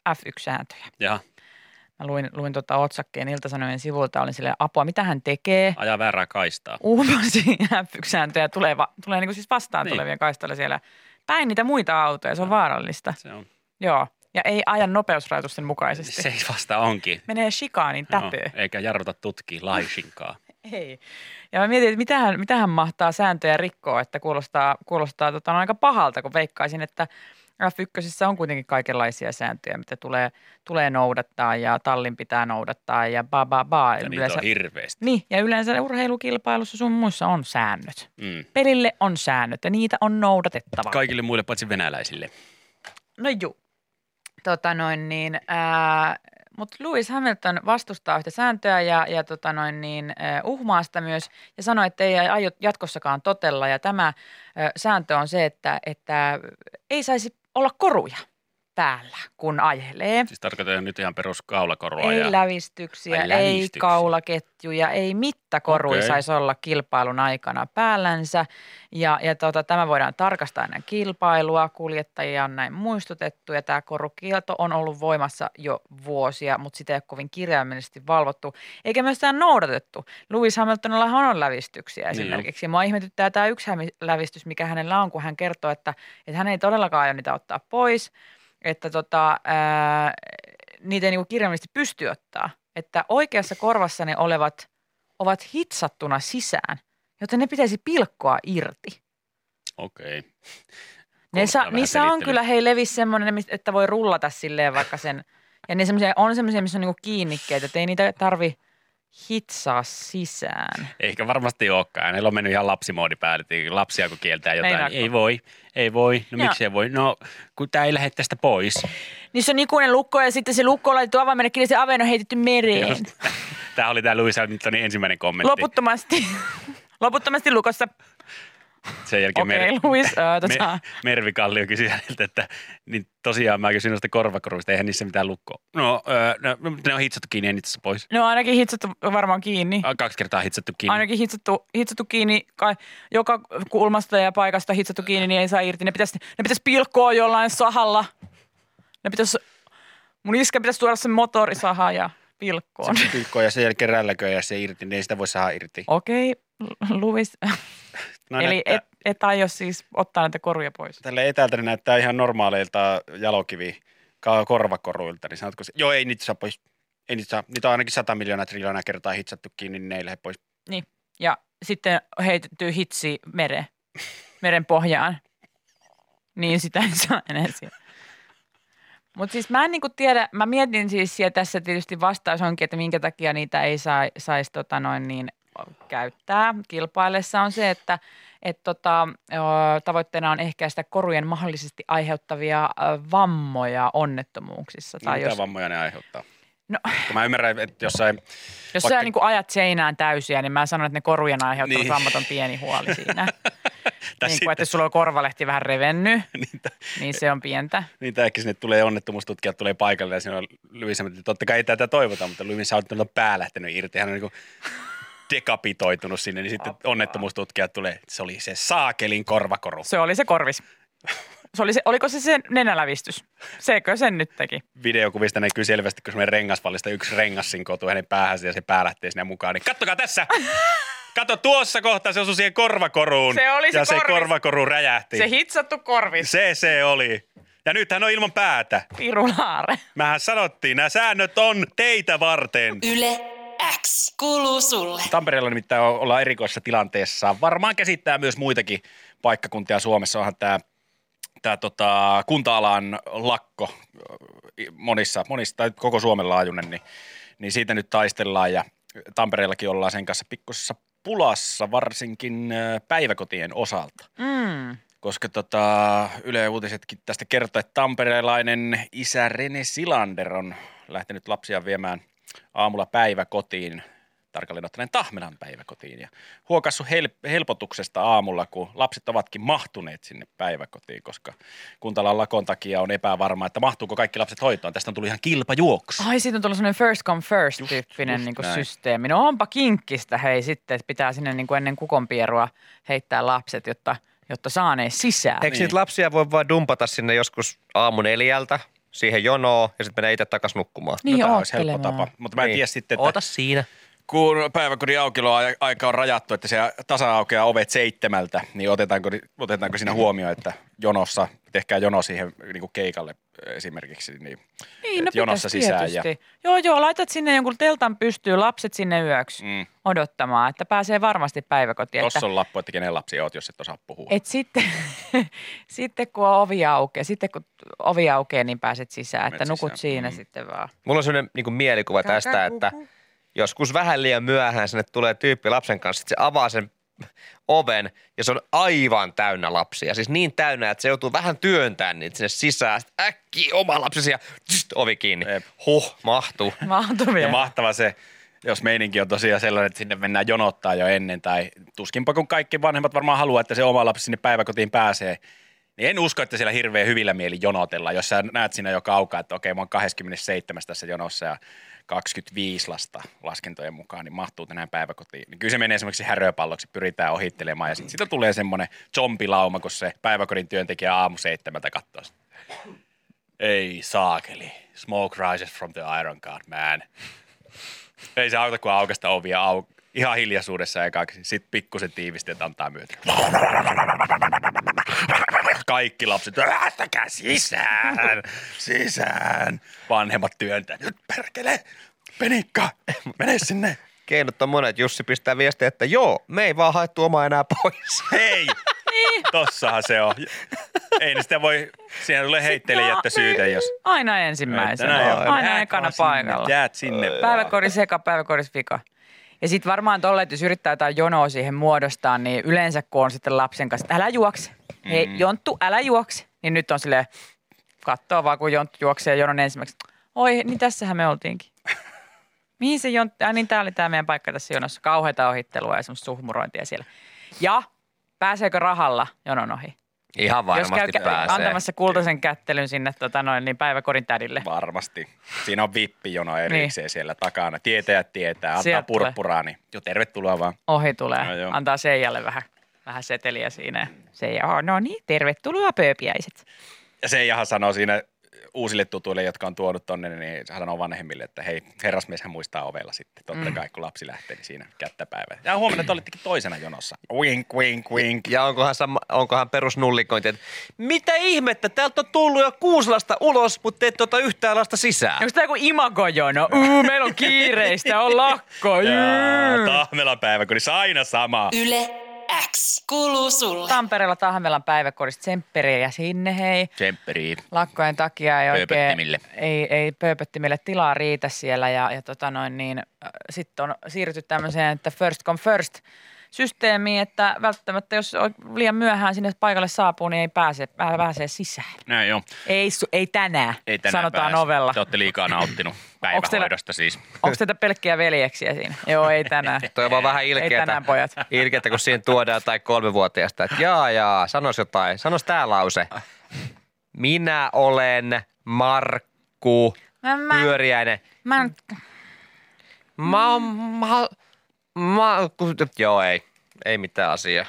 Speaker 3: F1-sääntöjä.
Speaker 1: Jaha,
Speaker 3: Mä luin, luin tota otsakkeen Iltasanojen sivulta, olin silleen apua, mitä hän tekee.
Speaker 1: ajaa väärää kaistaa.
Speaker 3: Uusi F1-sääntöjä tulee, va, tulee niinku siis vastaan
Speaker 1: Niin.
Speaker 3: niin. tulevia kaistoilla siellä päin niitä muita autoja, se on vaarallista.
Speaker 1: Se on.
Speaker 3: Joo, ja ei aja nopeusrajoitusten mukaisesti.
Speaker 1: Se vasta onkin.
Speaker 3: Menee shikaanin täpöön.
Speaker 1: Joo, eikä jarruta tutkia laisinkaan.
Speaker 3: Ei. Ja mä mietin, että mitähän, mitähän mahtaa sääntöjä rikkoa, että kuulostaa, kuulostaa tota, noin aika pahalta, kun veikkaisin, että F1 on kuitenkin kaikenlaisia sääntöjä, mitä tulee, tulee noudattaa ja tallin pitää noudattaa ja ba ba ba.
Speaker 1: Ja niitä on hirveästi.
Speaker 3: niin, ja yleensä urheilukilpailussa sun muissa on säännöt.
Speaker 1: Mm.
Speaker 3: Pelille on säännöt ja niitä on noudatettava.
Speaker 1: Kaikille muille paitsi venäläisille.
Speaker 3: No juu. Tota noin niin, mutta Lewis Hamilton vastustaa yhtä sääntöä ja, ja tota noin niin, ää, uhmaa sitä myös ja sanoi, että ei aio jatkossakaan totella. Ja tämä ää, sääntö on se, että, että ei saisi olla koruja päällä, kun ajelee.
Speaker 1: Siis tarkoitan nyt ihan perus kaulakorua.
Speaker 3: Ei
Speaker 1: ja...
Speaker 3: lävistyksiä,
Speaker 1: Ai,
Speaker 3: ei
Speaker 1: lävistyksiä.
Speaker 3: kaulaketjuja, ei mittakoruja
Speaker 1: Okei.
Speaker 3: okay. saisi olla kilpailun aikana päällänsä. Ja, ja tota, tämä voidaan tarkastaa ennen kilpailua. Kuljettajia on näin muistutettu ja tämä korukielto on ollut voimassa jo vuosia, mutta sitä ei ole kovin kirjaimellisesti valvottu. Eikä myöskään noudatettu. Lewis Hamiltonillahan on lävistyksiä
Speaker 1: Niin on.
Speaker 3: esimerkiksi. Mua ihmetyttää tämä yksi hämi- lävistys, mikä hänellä on, kun hän kertoo, että, että hän ei todellakaan aio niitä ottaa pois. Että tota, ää, niitä ei niinku kirjaimellisesti pysty ottaa. Että oikeassa korvassa ne olevat ovat hitsattuna sisään, joten ne pitäisi pilkkoa irti.
Speaker 1: Okei.
Speaker 3: Ne
Speaker 1: Kuulostaa
Speaker 3: sa,
Speaker 1: vähän
Speaker 3: niissä on
Speaker 1: selittely-
Speaker 3: kyllä hei levis semmoinen, mis- että voi rullata silleen vaikka sen. Ja ne semmoisia, on semmoisia, missä on niinku kiinnikkeitä, että ei niitä tarvi hitsaa sisään.
Speaker 1: Eikä varmasti olekaan. Hänellä on mennyt ihan lapsimoodi päälle. että Lapsia kun kieltää jotain,
Speaker 3: Meinaatko?
Speaker 1: niin ei voi, ei voi. No,
Speaker 3: No.
Speaker 1: miksi ei voi? No, kun tämä ei lähde tästä pois.
Speaker 3: Niissä on ikuinen lukko ja sitten se lukko on laitettu avaimen ja se aveen on heitetty
Speaker 1: <laughs>
Speaker 3: mereen.
Speaker 1: Just. Tämä oli tämä Louis Hamiltonin ensimmäinen kommentti.
Speaker 3: Loputtomasti. <laughs> Loputtomasti lukossa.
Speaker 1: Sen jälkeen
Speaker 3: Okei, okay,
Speaker 1: Mer-
Speaker 3: Louis. Äh, tota.
Speaker 1: <laughs> Me, Mervi Kallio kysyi häneltä, että niin tosiaan mä kysyin noista korvakoruista, eihän niissä mitään lukkoa. No, öö, no ne on hitsattu kiinni, ei niitä saa pois.
Speaker 3: No ainakin hitsattu varmaan kiinni.
Speaker 1: Ah, Kaksi kertaa hitsattu kiinni.
Speaker 3: Niin. Ainakin hitsattu, hitsattu kiinni, kai, joka kulmasta ja paikasta hitsattu kiinni, niin ei saa irti. Ne pitäisi, ne pitäisi pilkkoa jollain sahalla. Ne pitäisi, mun iskä pitäisi tuoda sen motorisaha ja pilkkoon.
Speaker 4: Se pilkkoo ja sen jälkeen rälläköi ja se irti, niin ei sitä voi saada irti.
Speaker 3: Okei, Luis.
Speaker 4: No,
Speaker 3: Eli
Speaker 4: näyttää-
Speaker 3: et, et aio siis ottaa näitä koruja pois.
Speaker 4: Tälle etäältä ne näyttää ihan normaaleilta jalokivi ka- korvakoruilta, niin sanotko se, joo ei niitä saa pois. Ei niitä saa. Niitä on ainakin 100 miljoonaa triljoonaa kertaa hitsattu kiinni, niin ne ei lähde pois.
Speaker 3: Ja sitten heitetty hitsi mereen, meren pohjaan. Niin sitä ei saa enää siellä. Mutta siis mä en niinku tiedä, mä mietin siis, ja tässä tietysti vastaus onkin, että minkä takia niitä ei saa, saisi tota noin niin käyttää kilpailessa on se, että et tota, ö, tavoitteena on ehkäistä korujen mahdollisesti aiheuttavia ö, vammoja onnettomuuksissa.
Speaker 4: Tai
Speaker 3: Tai
Speaker 4: Mitä
Speaker 3: jos,
Speaker 4: jos... vammoja ne aiheuttaa?
Speaker 3: No. Niin
Speaker 4: Kun mä ymmärrän, että jossain
Speaker 3: jos
Speaker 4: vaikka-
Speaker 3: sä niinku ajat seinään täysiä, niin mä sanon, että ne korujen aiheuttavat
Speaker 4: Niin.
Speaker 3: niin. vammat on pieni huoli
Speaker 4: <laughs>
Speaker 3: siinä.
Speaker 4: Tai
Speaker 3: niin
Speaker 4: sitten-
Speaker 3: kuin, että jos sulla on korvalehti vähän
Speaker 4: <laughs>
Speaker 3: revennyt,
Speaker 4: niitä,
Speaker 3: niin se on pientä.
Speaker 4: niitä äkki sinne tulee onnettomuustutkijat tulee paikalle ja siinä on Lewis Hamilton. Totta kai ei tätä toivota, mutta Lewis Hamilton on pää lähtenyt irti. Hän on niin dekapitoitunut sinne, niin sitten
Speaker 3: Apua.
Speaker 4: onnettomuustutkijat tulee. Se oli se saakelin korvakoru.
Speaker 3: Se oli se korvis. Se oli se, oliko se se nenälävistys? Sekö sen nyt teki?
Speaker 4: videokuvista näkyy selvästi, kun semmoinen rengasvallista yksi rengas sinkoutuu hänen päähänsä ja se pää lähtee sinne mukaan. Niin kattokaa tässä! Kato tuossa kohtaa, se osui siihen korvakoruun.
Speaker 3: Se oli se
Speaker 4: Ja se
Speaker 3: korvis.
Speaker 4: korvakoru räjähti.
Speaker 3: Se hitsattu korvis.
Speaker 4: se, se oli. Ja nyt hän on ilman päätä.
Speaker 3: Pirulaare.
Speaker 4: Mähän sanottiin, nämä säännöt on teitä varten.
Speaker 2: Yle X kuuluu sulle.
Speaker 4: Tampereella nimittäin o- ollaan erikoisessa tilanteessa. Varmaan käsittää myös muitakin paikkakuntia Suomessa. Onhan tämä tämä tota, kunta-alan lakko ö, monissa, monissa tai koko Suomen laajuinen, niin, niin siitä nyt taistellaan ja Tampereellakin ollaan sen kanssa pikkusessa pulassa, varsinkin ö, päiväkotien osalta
Speaker 3: Mm.
Speaker 4: koska tota, Yle Uutisetkin tästä kertoo, että tamperelainen isä Rene Silander on lähtenyt lapsia viemään aamulla päiväkotiin, tarkalleen ottaen Tahmelan päiväkotiin, ja huokassu hel- helpotuksesta aamulla, kun lapset ovatkin mahtuneet sinne päiväkotiin, koska kuntalan lakon takia on epävarmaa, että mahtuuko kaikki lapset hoitoon. Tästä on tullut ihan kilpajuoksu.
Speaker 3: Ai, siitä on tullut sellainen first come first just, tyyppinen
Speaker 4: just
Speaker 3: just niin
Speaker 4: näin.
Speaker 3: systeemi. No onpa kinkkistä hei sitten, että pitää sinne niin kuin ennen kukonpierua heittää lapset, jotta, jotta saa ne sisään.
Speaker 6: Eikö
Speaker 4: Niin.
Speaker 6: niin. niitä lapsia voi vaan dumpata sinne joskus aamu neljältä siihen jonoon ja sitten mennä itse takas nukkumaan?
Speaker 3: Niin
Speaker 4: tämä olisi helppo
Speaker 3: oottelemaan.
Speaker 4: tapa, mutta mä en niin. tiedä sitten, että
Speaker 6: Oota siinä.
Speaker 4: kun päiväkodin aukioloaika on rajattu, että se tasa aukeaa ovet seitsemältä, niin otetaanko, otetaanko siinä huomioon, että jonossa, tehkää jono siihen niin kuin keikalle esimerkiksi, niin
Speaker 3: Niin, no
Speaker 4: et jonossa
Speaker 3: pitäisi
Speaker 4: sisään. Ja,
Speaker 3: tietysti. Joo, joo, laitat sinne jonkun teltan pystyy lapset sinne yöksi
Speaker 4: mm,
Speaker 3: odottamaan, että pääsee varmasti päiväkotiin. Että,
Speaker 4: tossa on lappu, että kenen lapsi oot, jos et osaa puhua.
Speaker 3: et sitten, <laughs> sitten kun on ovi aukeaa, sitten kun ovi aukeaa, niin pääset sisään, että
Speaker 4: Menet
Speaker 3: nukut
Speaker 4: sisään.
Speaker 3: siinä
Speaker 4: Mm.
Speaker 3: sitten vaan. <laughs>
Speaker 6: Mulla on sellainen niin mielikuva tästä, että joskus vähän liian myöhään sinne tulee tyyppi lapsen kanssa, että se avaa sen oven ja se on aivan täynnä lapsia. Siis niin täynnä, että se joutuu vähän työntämään niitä sinne sisään. Sitten äkkiä oma lapsesi ja tst, ovi kiinni.
Speaker 4: Jep.
Speaker 6: Huh, mahtuu.
Speaker 3: Mahtavia.
Speaker 4: Ja mahtava se, jos meininki on tosiaan sellainen, että sinne mennään jonottaa jo ennen, tai tuskinpa kun kaikki vanhemmat varmaan haluaa, että se oma lapsi sinne päiväkotiin pääsee, niin en usko, että siellä hirveän hyvillä mieli jonotellaan, jos sä näet siinä jo kaukaa, että okei, mä oon 27 tässä jonossa ja 25 lasta laskentojen mukaan, niin mahtuu tänään päiväkotiin. Niin kyllä se menee esimerkiksi häröpalloksi, pyritään ohittelemaan ja sitten siitä tulee semmoinen zombilauma, kun se päiväkodin työntekijä aamu seitsemältä katsoo. sitä. Ei saakeli. Smoke rises from the iron guard, man. Ei se auta, kun aukasta ovia au- ihan hiljaisuudessa ekaksi. Sitten pikkusen tiivisteet antaa myötä. Kaikki lapset, lähtäkää sisään, sisään. Vanhemmat työntää, nyt perkele, penikka, mene sinne.
Speaker 6: Keinot on monet. Jussi pistää viestiä, että joo, me ei vaan haettu omaa enää pois.
Speaker 4: Hei,
Speaker 3: Niin.
Speaker 4: tossahan se on. Ei ne sitä voi, siinä tulee heittelijättä syytä, jos
Speaker 3: Aina ensimmäisenä,
Speaker 4: Tänään
Speaker 6: on.
Speaker 3: aina
Speaker 4: Jäät
Speaker 3: ekana
Speaker 4: vaan sinne,
Speaker 3: paikalla.
Speaker 4: Jäät sinne. vaan.
Speaker 3: Päiväkorin seka, päiväkorin vika. Ja sitten varmaan tolle, että jos yrittää jotain jonoa siihen muodostaa, niin yleensä kun on sitten lapsen kanssa, että älä juokse, hei Jonttu, älä juokse, niin nyt on silleen, kattoo vaan kun Jonttu juoksee jonon ensimmäiseksi. Oi, niin tässähän me oltiinkin. Mihin se Jonttu, äh, niin tää oli tää meidän paikka tässä jonossa, kauheita ohittelua ja semmoista suhmurointia siellä. Ja pääseekö rahalla jonon ohi?
Speaker 6: Ihan
Speaker 3: jos käy kä- antamassa kultaisen kättelyn sinne tota noin, niin päiväkorin tädille.
Speaker 4: Varmasti. Siinä on vippijono erikseen siellä takana. Tietäjät tietää, antaa
Speaker 3: Niin. Sieltä tulee.
Speaker 4: purppuraa, niin jo tervetuloa vaan.
Speaker 3: ohi
Speaker 4: Joo,
Speaker 3: tulee,
Speaker 4: joo.
Speaker 3: antaa Seijalle vähän, vähän seteliä siinä. ja Seija, "Oh, no niin, tervetuloa pööpiäiset.
Speaker 4: Ja se ihan sanoo siinä uusille tutuille, jotka on tuonut tonne, niin hän sanoo vanhemmille, että hei, herrasmieshän muistaa ovella sitten.
Speaker 3: Mm.
Speaker 4: Totta kai, kun lapsi lähtee, niin siinä kättä päivää. Ja huomenna te olittekin toisena jonossa. Wink, wink, wink.
Speaker 6: Ja onkohan, sama, onkohan perusnullikointi, että mitä ihmettä, täältä on tullut jo kuusi lasta ulos, mutta et ota yhtään lasta
Speaker 4: Ah.
Speaker 6: sisään.
Speaker 3: Onko tämä joku imagojono? Uu, meillä on kiireistä, on lakko.
Speaker 4: Ja
Speaker 3: jyy.
Speaker 4: Tahmelan päivä, kun niissä aina sama.
Speaker 2: Yle X kuuluu sulle.
Speaker 3: Tampereella Tahmelan päiväkodista tsempperiä sinne hei.
Speaker 4: Tsempperi.
Speaker 3: Lakkojen takia ei oikein,
Speaker 4: Pööpöttimille.
Speaker 3: ei, ei pööpöttimille tilaa riitä siellä ja, ja tota noin niin, sitten on siirrytty tämmöiseen, että first come first systeemiin, että välttämättä jos on liian myöhään sinne paikalle saapuu, niin ei pääse, pää- pääse sisään.
Speaker 4: Näin joo.
Speaker 3: Ei, su- ei tänään,
Speaker 4: Ei tänään
Speaker 3: sanotaan
Speaker 4: pääse.
Speaker 3: ovella.
Speaker 4: Te olette liikaa nauttinut
Speaker 3: teillä-
Speaker 4: päivähoidosta siis.
Speaker 3: Onko tätä pelkkiä veljeksiä siinä? Joo, ei
Speaker 4: <laughs>
Speaker 3: tänään.
Speaker 6: Toi on vaan vähän
Speaker 3: ei
Speaker 6: ilkeätä.
Speaker 3: tänään
Speaker 6: <laughs>
Speaker 3: pojat.
Speaker 6: Ilkeätä, kun siihen tuodaan jotain kolmevuotiaasta, että jaa jaa, sanos jotain, sanos tää lause. Minä olen Markku
Speaker 3: Mä, mä,
Speaker 6: Pyöriäinen.
Speaker 3: mä, en-
Speaker 6: Mä
Speaker 3: Mm.
Speaker 6: oon ma, ma, joo ei, ei mitään asiaa.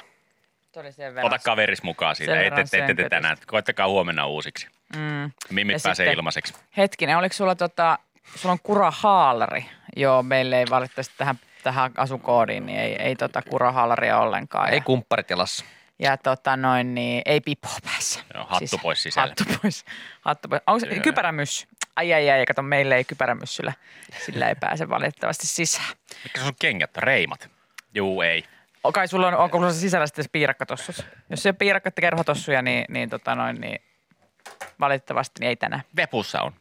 Speaker 3: Tuli sen
Speaker 4: Ota
Speaker 3: verran.
Speaker 4: kaveris mukaan siitä.
Speaker 3: Sen
Speaker 4: Ei
Speaker 3: verran
Speaker 4: te, te, te, te
Speaker 3: sen
Speaker 4: tänään. Koittakaa huomenna uusiksi.
Speaker 3: Mm.
Speaker 4: Mimit
Speaker 3: Ja
Speaker 4: pääsee
Speaker 3: sitten-
Speaker 4: ilmaiseksi.
Speaker 3: Hetkinen, oliko sulla tota, sulla on kurahaalari? Joo, meillä ei valitettavasti tähän, tähän asukoodiin, niin ei, ei tota kurahaalaria ollenkaan.
Speaker 6: Ei
Speaker 3: ja,
Speaker 6: kumpparit jalassa.
Speaker 3: ja tota noin, niin ei pipoa päässä.
Speaker 4: Joo, hattu pois sisälle.
Speaker 3: Hattu pois. Hattu pois. Onko se
Speaker 4: Joo.
Speaker 3: kypärämyssy? ai ai ai, kato, meille ei kypärämyssyllä. Sillä ei pääse valitettavasti sisään.
Speaker 7: Mitkä sun kengät? Reimat? Juu, ei.
Speaker 3: O, Kai sulla on, onko sulla sisällä sitten se piirakkatossus? Jos se on piirakka ja kerhotossuja, niin, niin, tota noin, niin valitettavasti niin ei tänään.
Speaker 7: Vepussa on.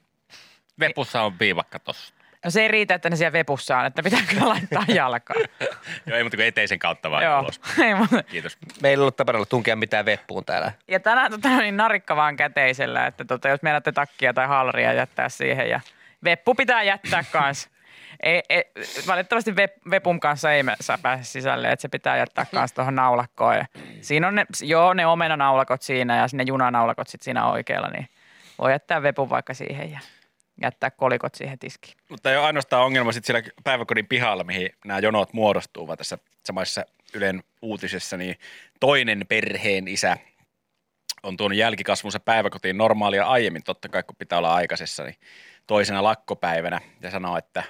Speaker 7: Vepussa on viivakka
Speaker 3: <laughs>
Speaker 7: tossa.
Speaker 3: No se ei riitä, että ne siellä vepussa on, että pitää kyllä laittaa jalkaan.
Speaker 7: Joo, ei muuta kuin eteisen kautta vaan
Speaker 3: Joo.
Speaker 7: ulos.
Speaker 3: <laughs> Ei muuta.
Speaker 7: Kiitos.
Speaker 6: Meillä ei ollut tapana olla tunkea mitään veppuun täällä.
Speaker 3: Ja tänään tota, niin narikka vaan käteisellä, että tota, jos meinaatte takkia tai halria jättää siihen ja veppu pitää jättää kanssa. Ei, ei, valitettavasti vep, vepun kanssa ei me- saa pääse sisälle, että se pitää jättää kanssa tuohon naulakkoon. Ja siinä on ne, joo, ne omenanaulakot siinä ja sinne junanaulakot sitten siinä oikealla, niin voi jättää vepun vaikka siihen ja jättää kolikot siihen tiskiin.
Speaker 4: Mutta ei ole ainoastaan ongelma sit siellä päiväkodin pihalla, mihin nämä jonot muodostuu, vaan tässä samassa Ylen uutisessa, niin toinen perheen isä on tuonut jälkikasvunsa päiväkotiin normaalia aiemmin, totta kai kun pitää olla aikaisessa, niin toisena lakkopäivänä ja sanoo, että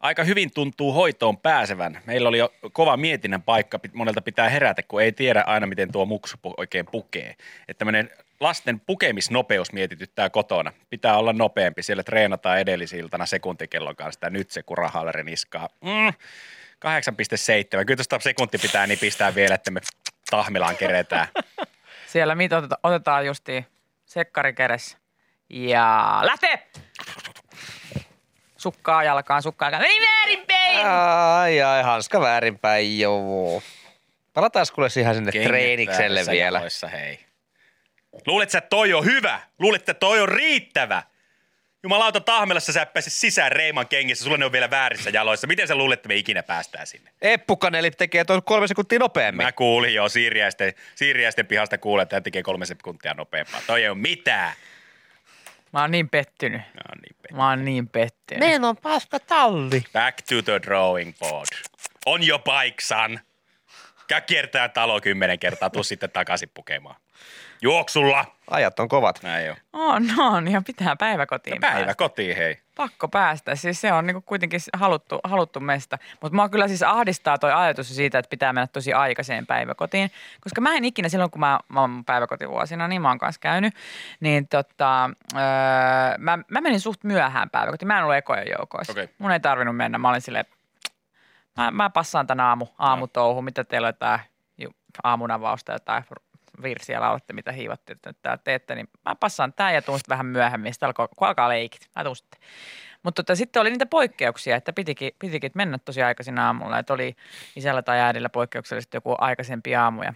Speaker 4: aika hyvin tuntuu hoitoon pääsevän. Meillä oli jo kova mietinnän paikka, pit- monelta pitää herätä, kun ei tiedä aina, miten tuo muksu pu- oikein pukee. Että tämmöinen lasten pukemisnopeus mietityttää kotona. Pitää olla nopeampi, siellä treenataan edellisiltana sekuntikellon kanssa sitä nyt se, kun rahallari niskaa. Mm, 8,7. Kyllä tuosta sekunti pitää niin pistää vielä, että me tahmilaan keretään.
Speaker 3: Siellä mitä oteta, otetaan justiin sekkari kädessä. Ja lähtee! Sukkaa jalkaan, sukkaa jalkaan. Meni väärinpäin!
Speaker 6: Ai ai, hanska väärinpäin, joo. Palataan kuule siihen sinne
Speaker 4: Kengät
Speaker 6: treenikselle
Speaker 4: väärissä
Speaker 6: vielä.
Speaker 4: jaloissa, hei. Luulet sä, että toi on hyvä? Luulet, että toi on riittävä? Jumalauta tahmelassa sä et pääse sisään Reiman kengissä, sulla ne on vielä väärissä jaloissa. Miten sä luulet, että me ikinä päästään sinne?
Speaker 6: Eppukanelit tekee tuon kolme sekuntia nopeammin.
Speaker 4: Mä kuulin jo siiriäisten, siiriäisten pihasta kuulen, että hän tekee kolme sekuntia nopeampaa. Toi ei ole mitään.
Speaker 3: Mä oon niin pettynyt.
Speaker 4: No niin, pe-
Speaker 3: Mä oon niin pettynyt.
Speaker 6: Meillä on paska talli.
Speaker 4: Back to the drawing board. On jo bike, son. Käy kiertää talo kymmenen kertaa, tuu sitten takaisin pukemaan. Juoksulla.
Speaker 6: Ajat on kovat.
Speaker 4: Näin on.
Speaker 3: On, on. Ja pitää päiväkotiin
Speaker 4: Ja päivä
Speaker 3: päästä.
Speaker 4: kotiin, hei.
Speaker 3: Pakko päästä. Siis se on niinku kuitenkin haluttu, haluttu mesta. Mutta mä kyllä siis ahdistaa toi ajatus siitä, että pitää mennä tosi aikaiseen päiväkotiin. Koska mä en ikinä silloin, kun mä, mä oon päiväkotivuosina, niin mä oon kanssa käynyt, niin tota, öö, mä, mä, menin suht myöhään päiväkotiin. Mä en ollut ekojen joukoissa.
Speaker 4: Okei.
Speaker 3: Mun ei tarvinnut mennä. Mä olin silleen, mä, mä passaan tämän aamu, aamutouhu, mitä teillä on jotain ju- aamunavausta, jotain r- virsiä laulatte, mitä hiivatte, että tää teette, niin mä passaan tää ja tuun sitten vähän myöhemmin, sitten alkoi, kun alkaa leikit, mä tuun sitten. Mutta tota, sitten oli niitä poikkeuksia, että pitikin, pitikin mennä tosi aikaisin aamulla, että oli isällä tai äidillä poikkeuksellisesti joku aikaisempi aamu ja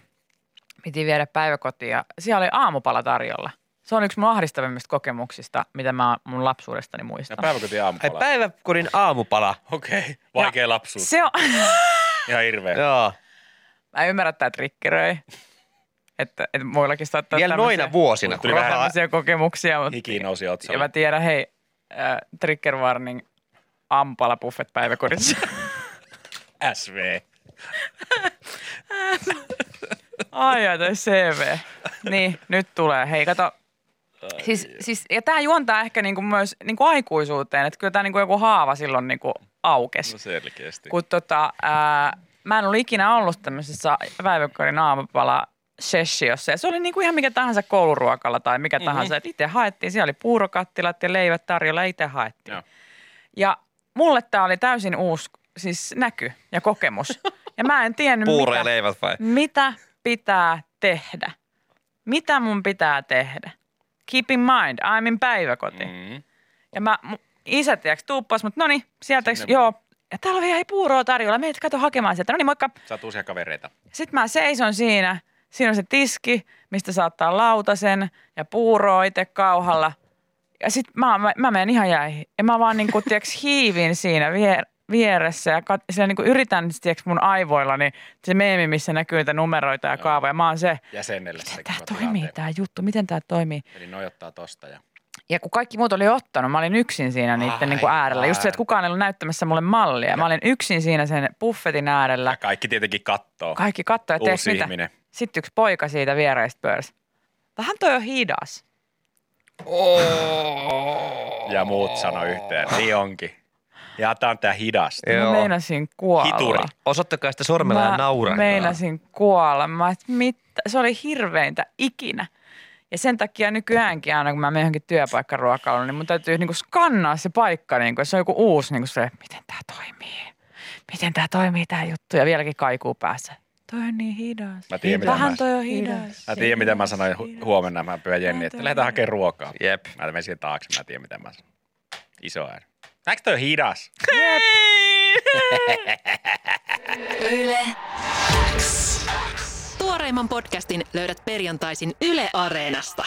Speaker 3: piti viedä päiväkotiin ja siellä oli aamupala tarjolla. Se on yksi mun ahdistavimmista kokemuksista, mitä mä mun lapsuudestani muistan.
Speaker 4: Päiväkoti
Speaker 6: Ai
Speaker 4: aamupala.
Speaker 6: päiväkodin aamupala.
Speaker 4: Okei, okay. vaikea lapsuus.
Speaker 3: Se on, <laughs>
Speaker 4: Ihan hirveä.
Speaker 6: Joo.
Speaker 3: Mä ymmärrän, että tämä triggeröi. Että, että muillakin saattaa
Speaker 6: Vielä
Speaker 3: tämmöisiä-
Speaker 6: noina vuosina, kun
Speaker 4: Tuli vähän-
Speaker 6: rahaa
Speaker 3: tämmöisiä kokemuksia. Mutta,
Speaker 4: Hiki nousi
Speaker 3: ja
Speaker 4: otsalle.
Speaker 3: mä tiedän, hei, äh, trigger warning, ampala buffet päiväkodissa.
Speaker 4: SV.
Speaker 3: Ai ai, toi CV. Niin, nyt tulee. Hei, kato. Siis, siis, ja tämä juontaa ehkä niinku myös niinku aikuisuuteen, että kyllä tämä niinku joku haava silloin niinku aukesi.
Speaker 4: No selkeästi.
Speaker 3: kun tota, ää, mä en ollut ikinä ollut tämmöisessä päiväkodin aamupala sessiossa. Ja se oli niinku ihan mikä tahansa kouluruokalla tai mikä mm-hmm. tahansa. Et itse haettiin, siellä oli puurokattilat ja leivät tarjolla, itse haettiin.
Speaker 4: Joo.
Speaker 3: Joo. Ja mulle tämä oli täysin uusi siis näky ja kokemus. ja mä en tiennyt,
Speaker 6: puuroja
Speaker 3: mitä,
Speaker 6: leivät vai?
Speaker 3: mitä pitää tehdä. Mitä mun pitää tehdä? Keep in mind, I'm in päiväkoti.
Speaker 4: Mm.
Speaker 3: Ja mä, mu- isä tiiäks, tuuppas, mutta no niin, sieltä, tiiäks, joo. Ja täällä on vielä hei puuroa tarjolla, meidät kato hakemaan sieltä. No niin, moikka.
Speaker 4: Saat uusia kavereita.
Speaker 3: Sitten mä seison siinä, siinä on se tiski, mistä saattaa lautasen ja puuroa itse kauhalla. Ja sit mä, mä, mä menen ihan jäihin. Ja mä vaan niinku, tiiäks, hiivin siinä vie, vieressä ja kat, sillä niinku yritän tiiäks, mun aivoilla, niin se meemi, missä näkyy niitä numeroita ja kaavoja. Mä oon se,
Speaker 4: Jäsenelle se
Speaker 3: miten tämä
Speaker 4: koko
Speaker 3: toimii
Speaker 4: tilanteen.
Speaker 3: tämä juttu, miten tämä toimii.
Speaker 4: Eli nojottaa tosta. Ja...
Speaker 3: Ja kun kaikki muut oli ottanut, mä olin yksin siinä
Speaker 4: Ah,
Speaker 3: niiden niin kuin äärellä. Just se, että kukaan ei ollut näyttämässä mulle mallia. Mä olin yksin siinä sen buffetin äärellä.
Speaker 4: ja kaikki tietenkin kattoo.
Speaker 3: Kaikki katsoi, että
Speaker 4: Uusi
Speaker 3: mitä.
Speaker 4: ihminen.
Speaker 3: Sitten yksi poika siitä viereistä pyöräsi. Vähän toi on hidas.
Speaker 4: Ja muut sano yhteen. Niin onkin. Ja tää on tää hidasta.
Speaker 3: Mä
Speaker 6: Joo.
Speaker 3: meinasin kuolla.
Speaker 4: Hituri.
Speaker 6: Osoittakaa sitä sormella ja
Speaker 3: Mä
Speaker 6: naura.
Speaker 3: meinasin kuolla. Mä, et mitä? Se oli hirveintä ikinä. Ja sen takia nykyäänkin aina, kun mä menen johonkin työpaikkaruokailuun, niin mun täytyy niin kuin skannaa se paikka, niin kuin, se on joku uusi, niin kuin se, miten tämä toimii. Miten tämä toimii tämä juttu ja vieläkin kaikuu päässä. Toi on niin hidas.
Speaker 4: Mä tiedän, mitä
Speaker 3: Vähän
Speaker 4: mä-
Speaker 3: toi on hidas.
Speaker 4: Mä tiedän, mitä mä sanoin hu- huomenna. Mä pyydän Jenni, että lähdetään hakemaan ruokaa.
Speaker 6: Jep.
Speaker 4: Mä menen siihen taakse, mä tiedän, mitä mä sanon. Iso ääni. Näetkö toi on hidas?
Speaker 2: Yle X. Tuoreimman podcastin löydät perjantaisin Yle Areenasta.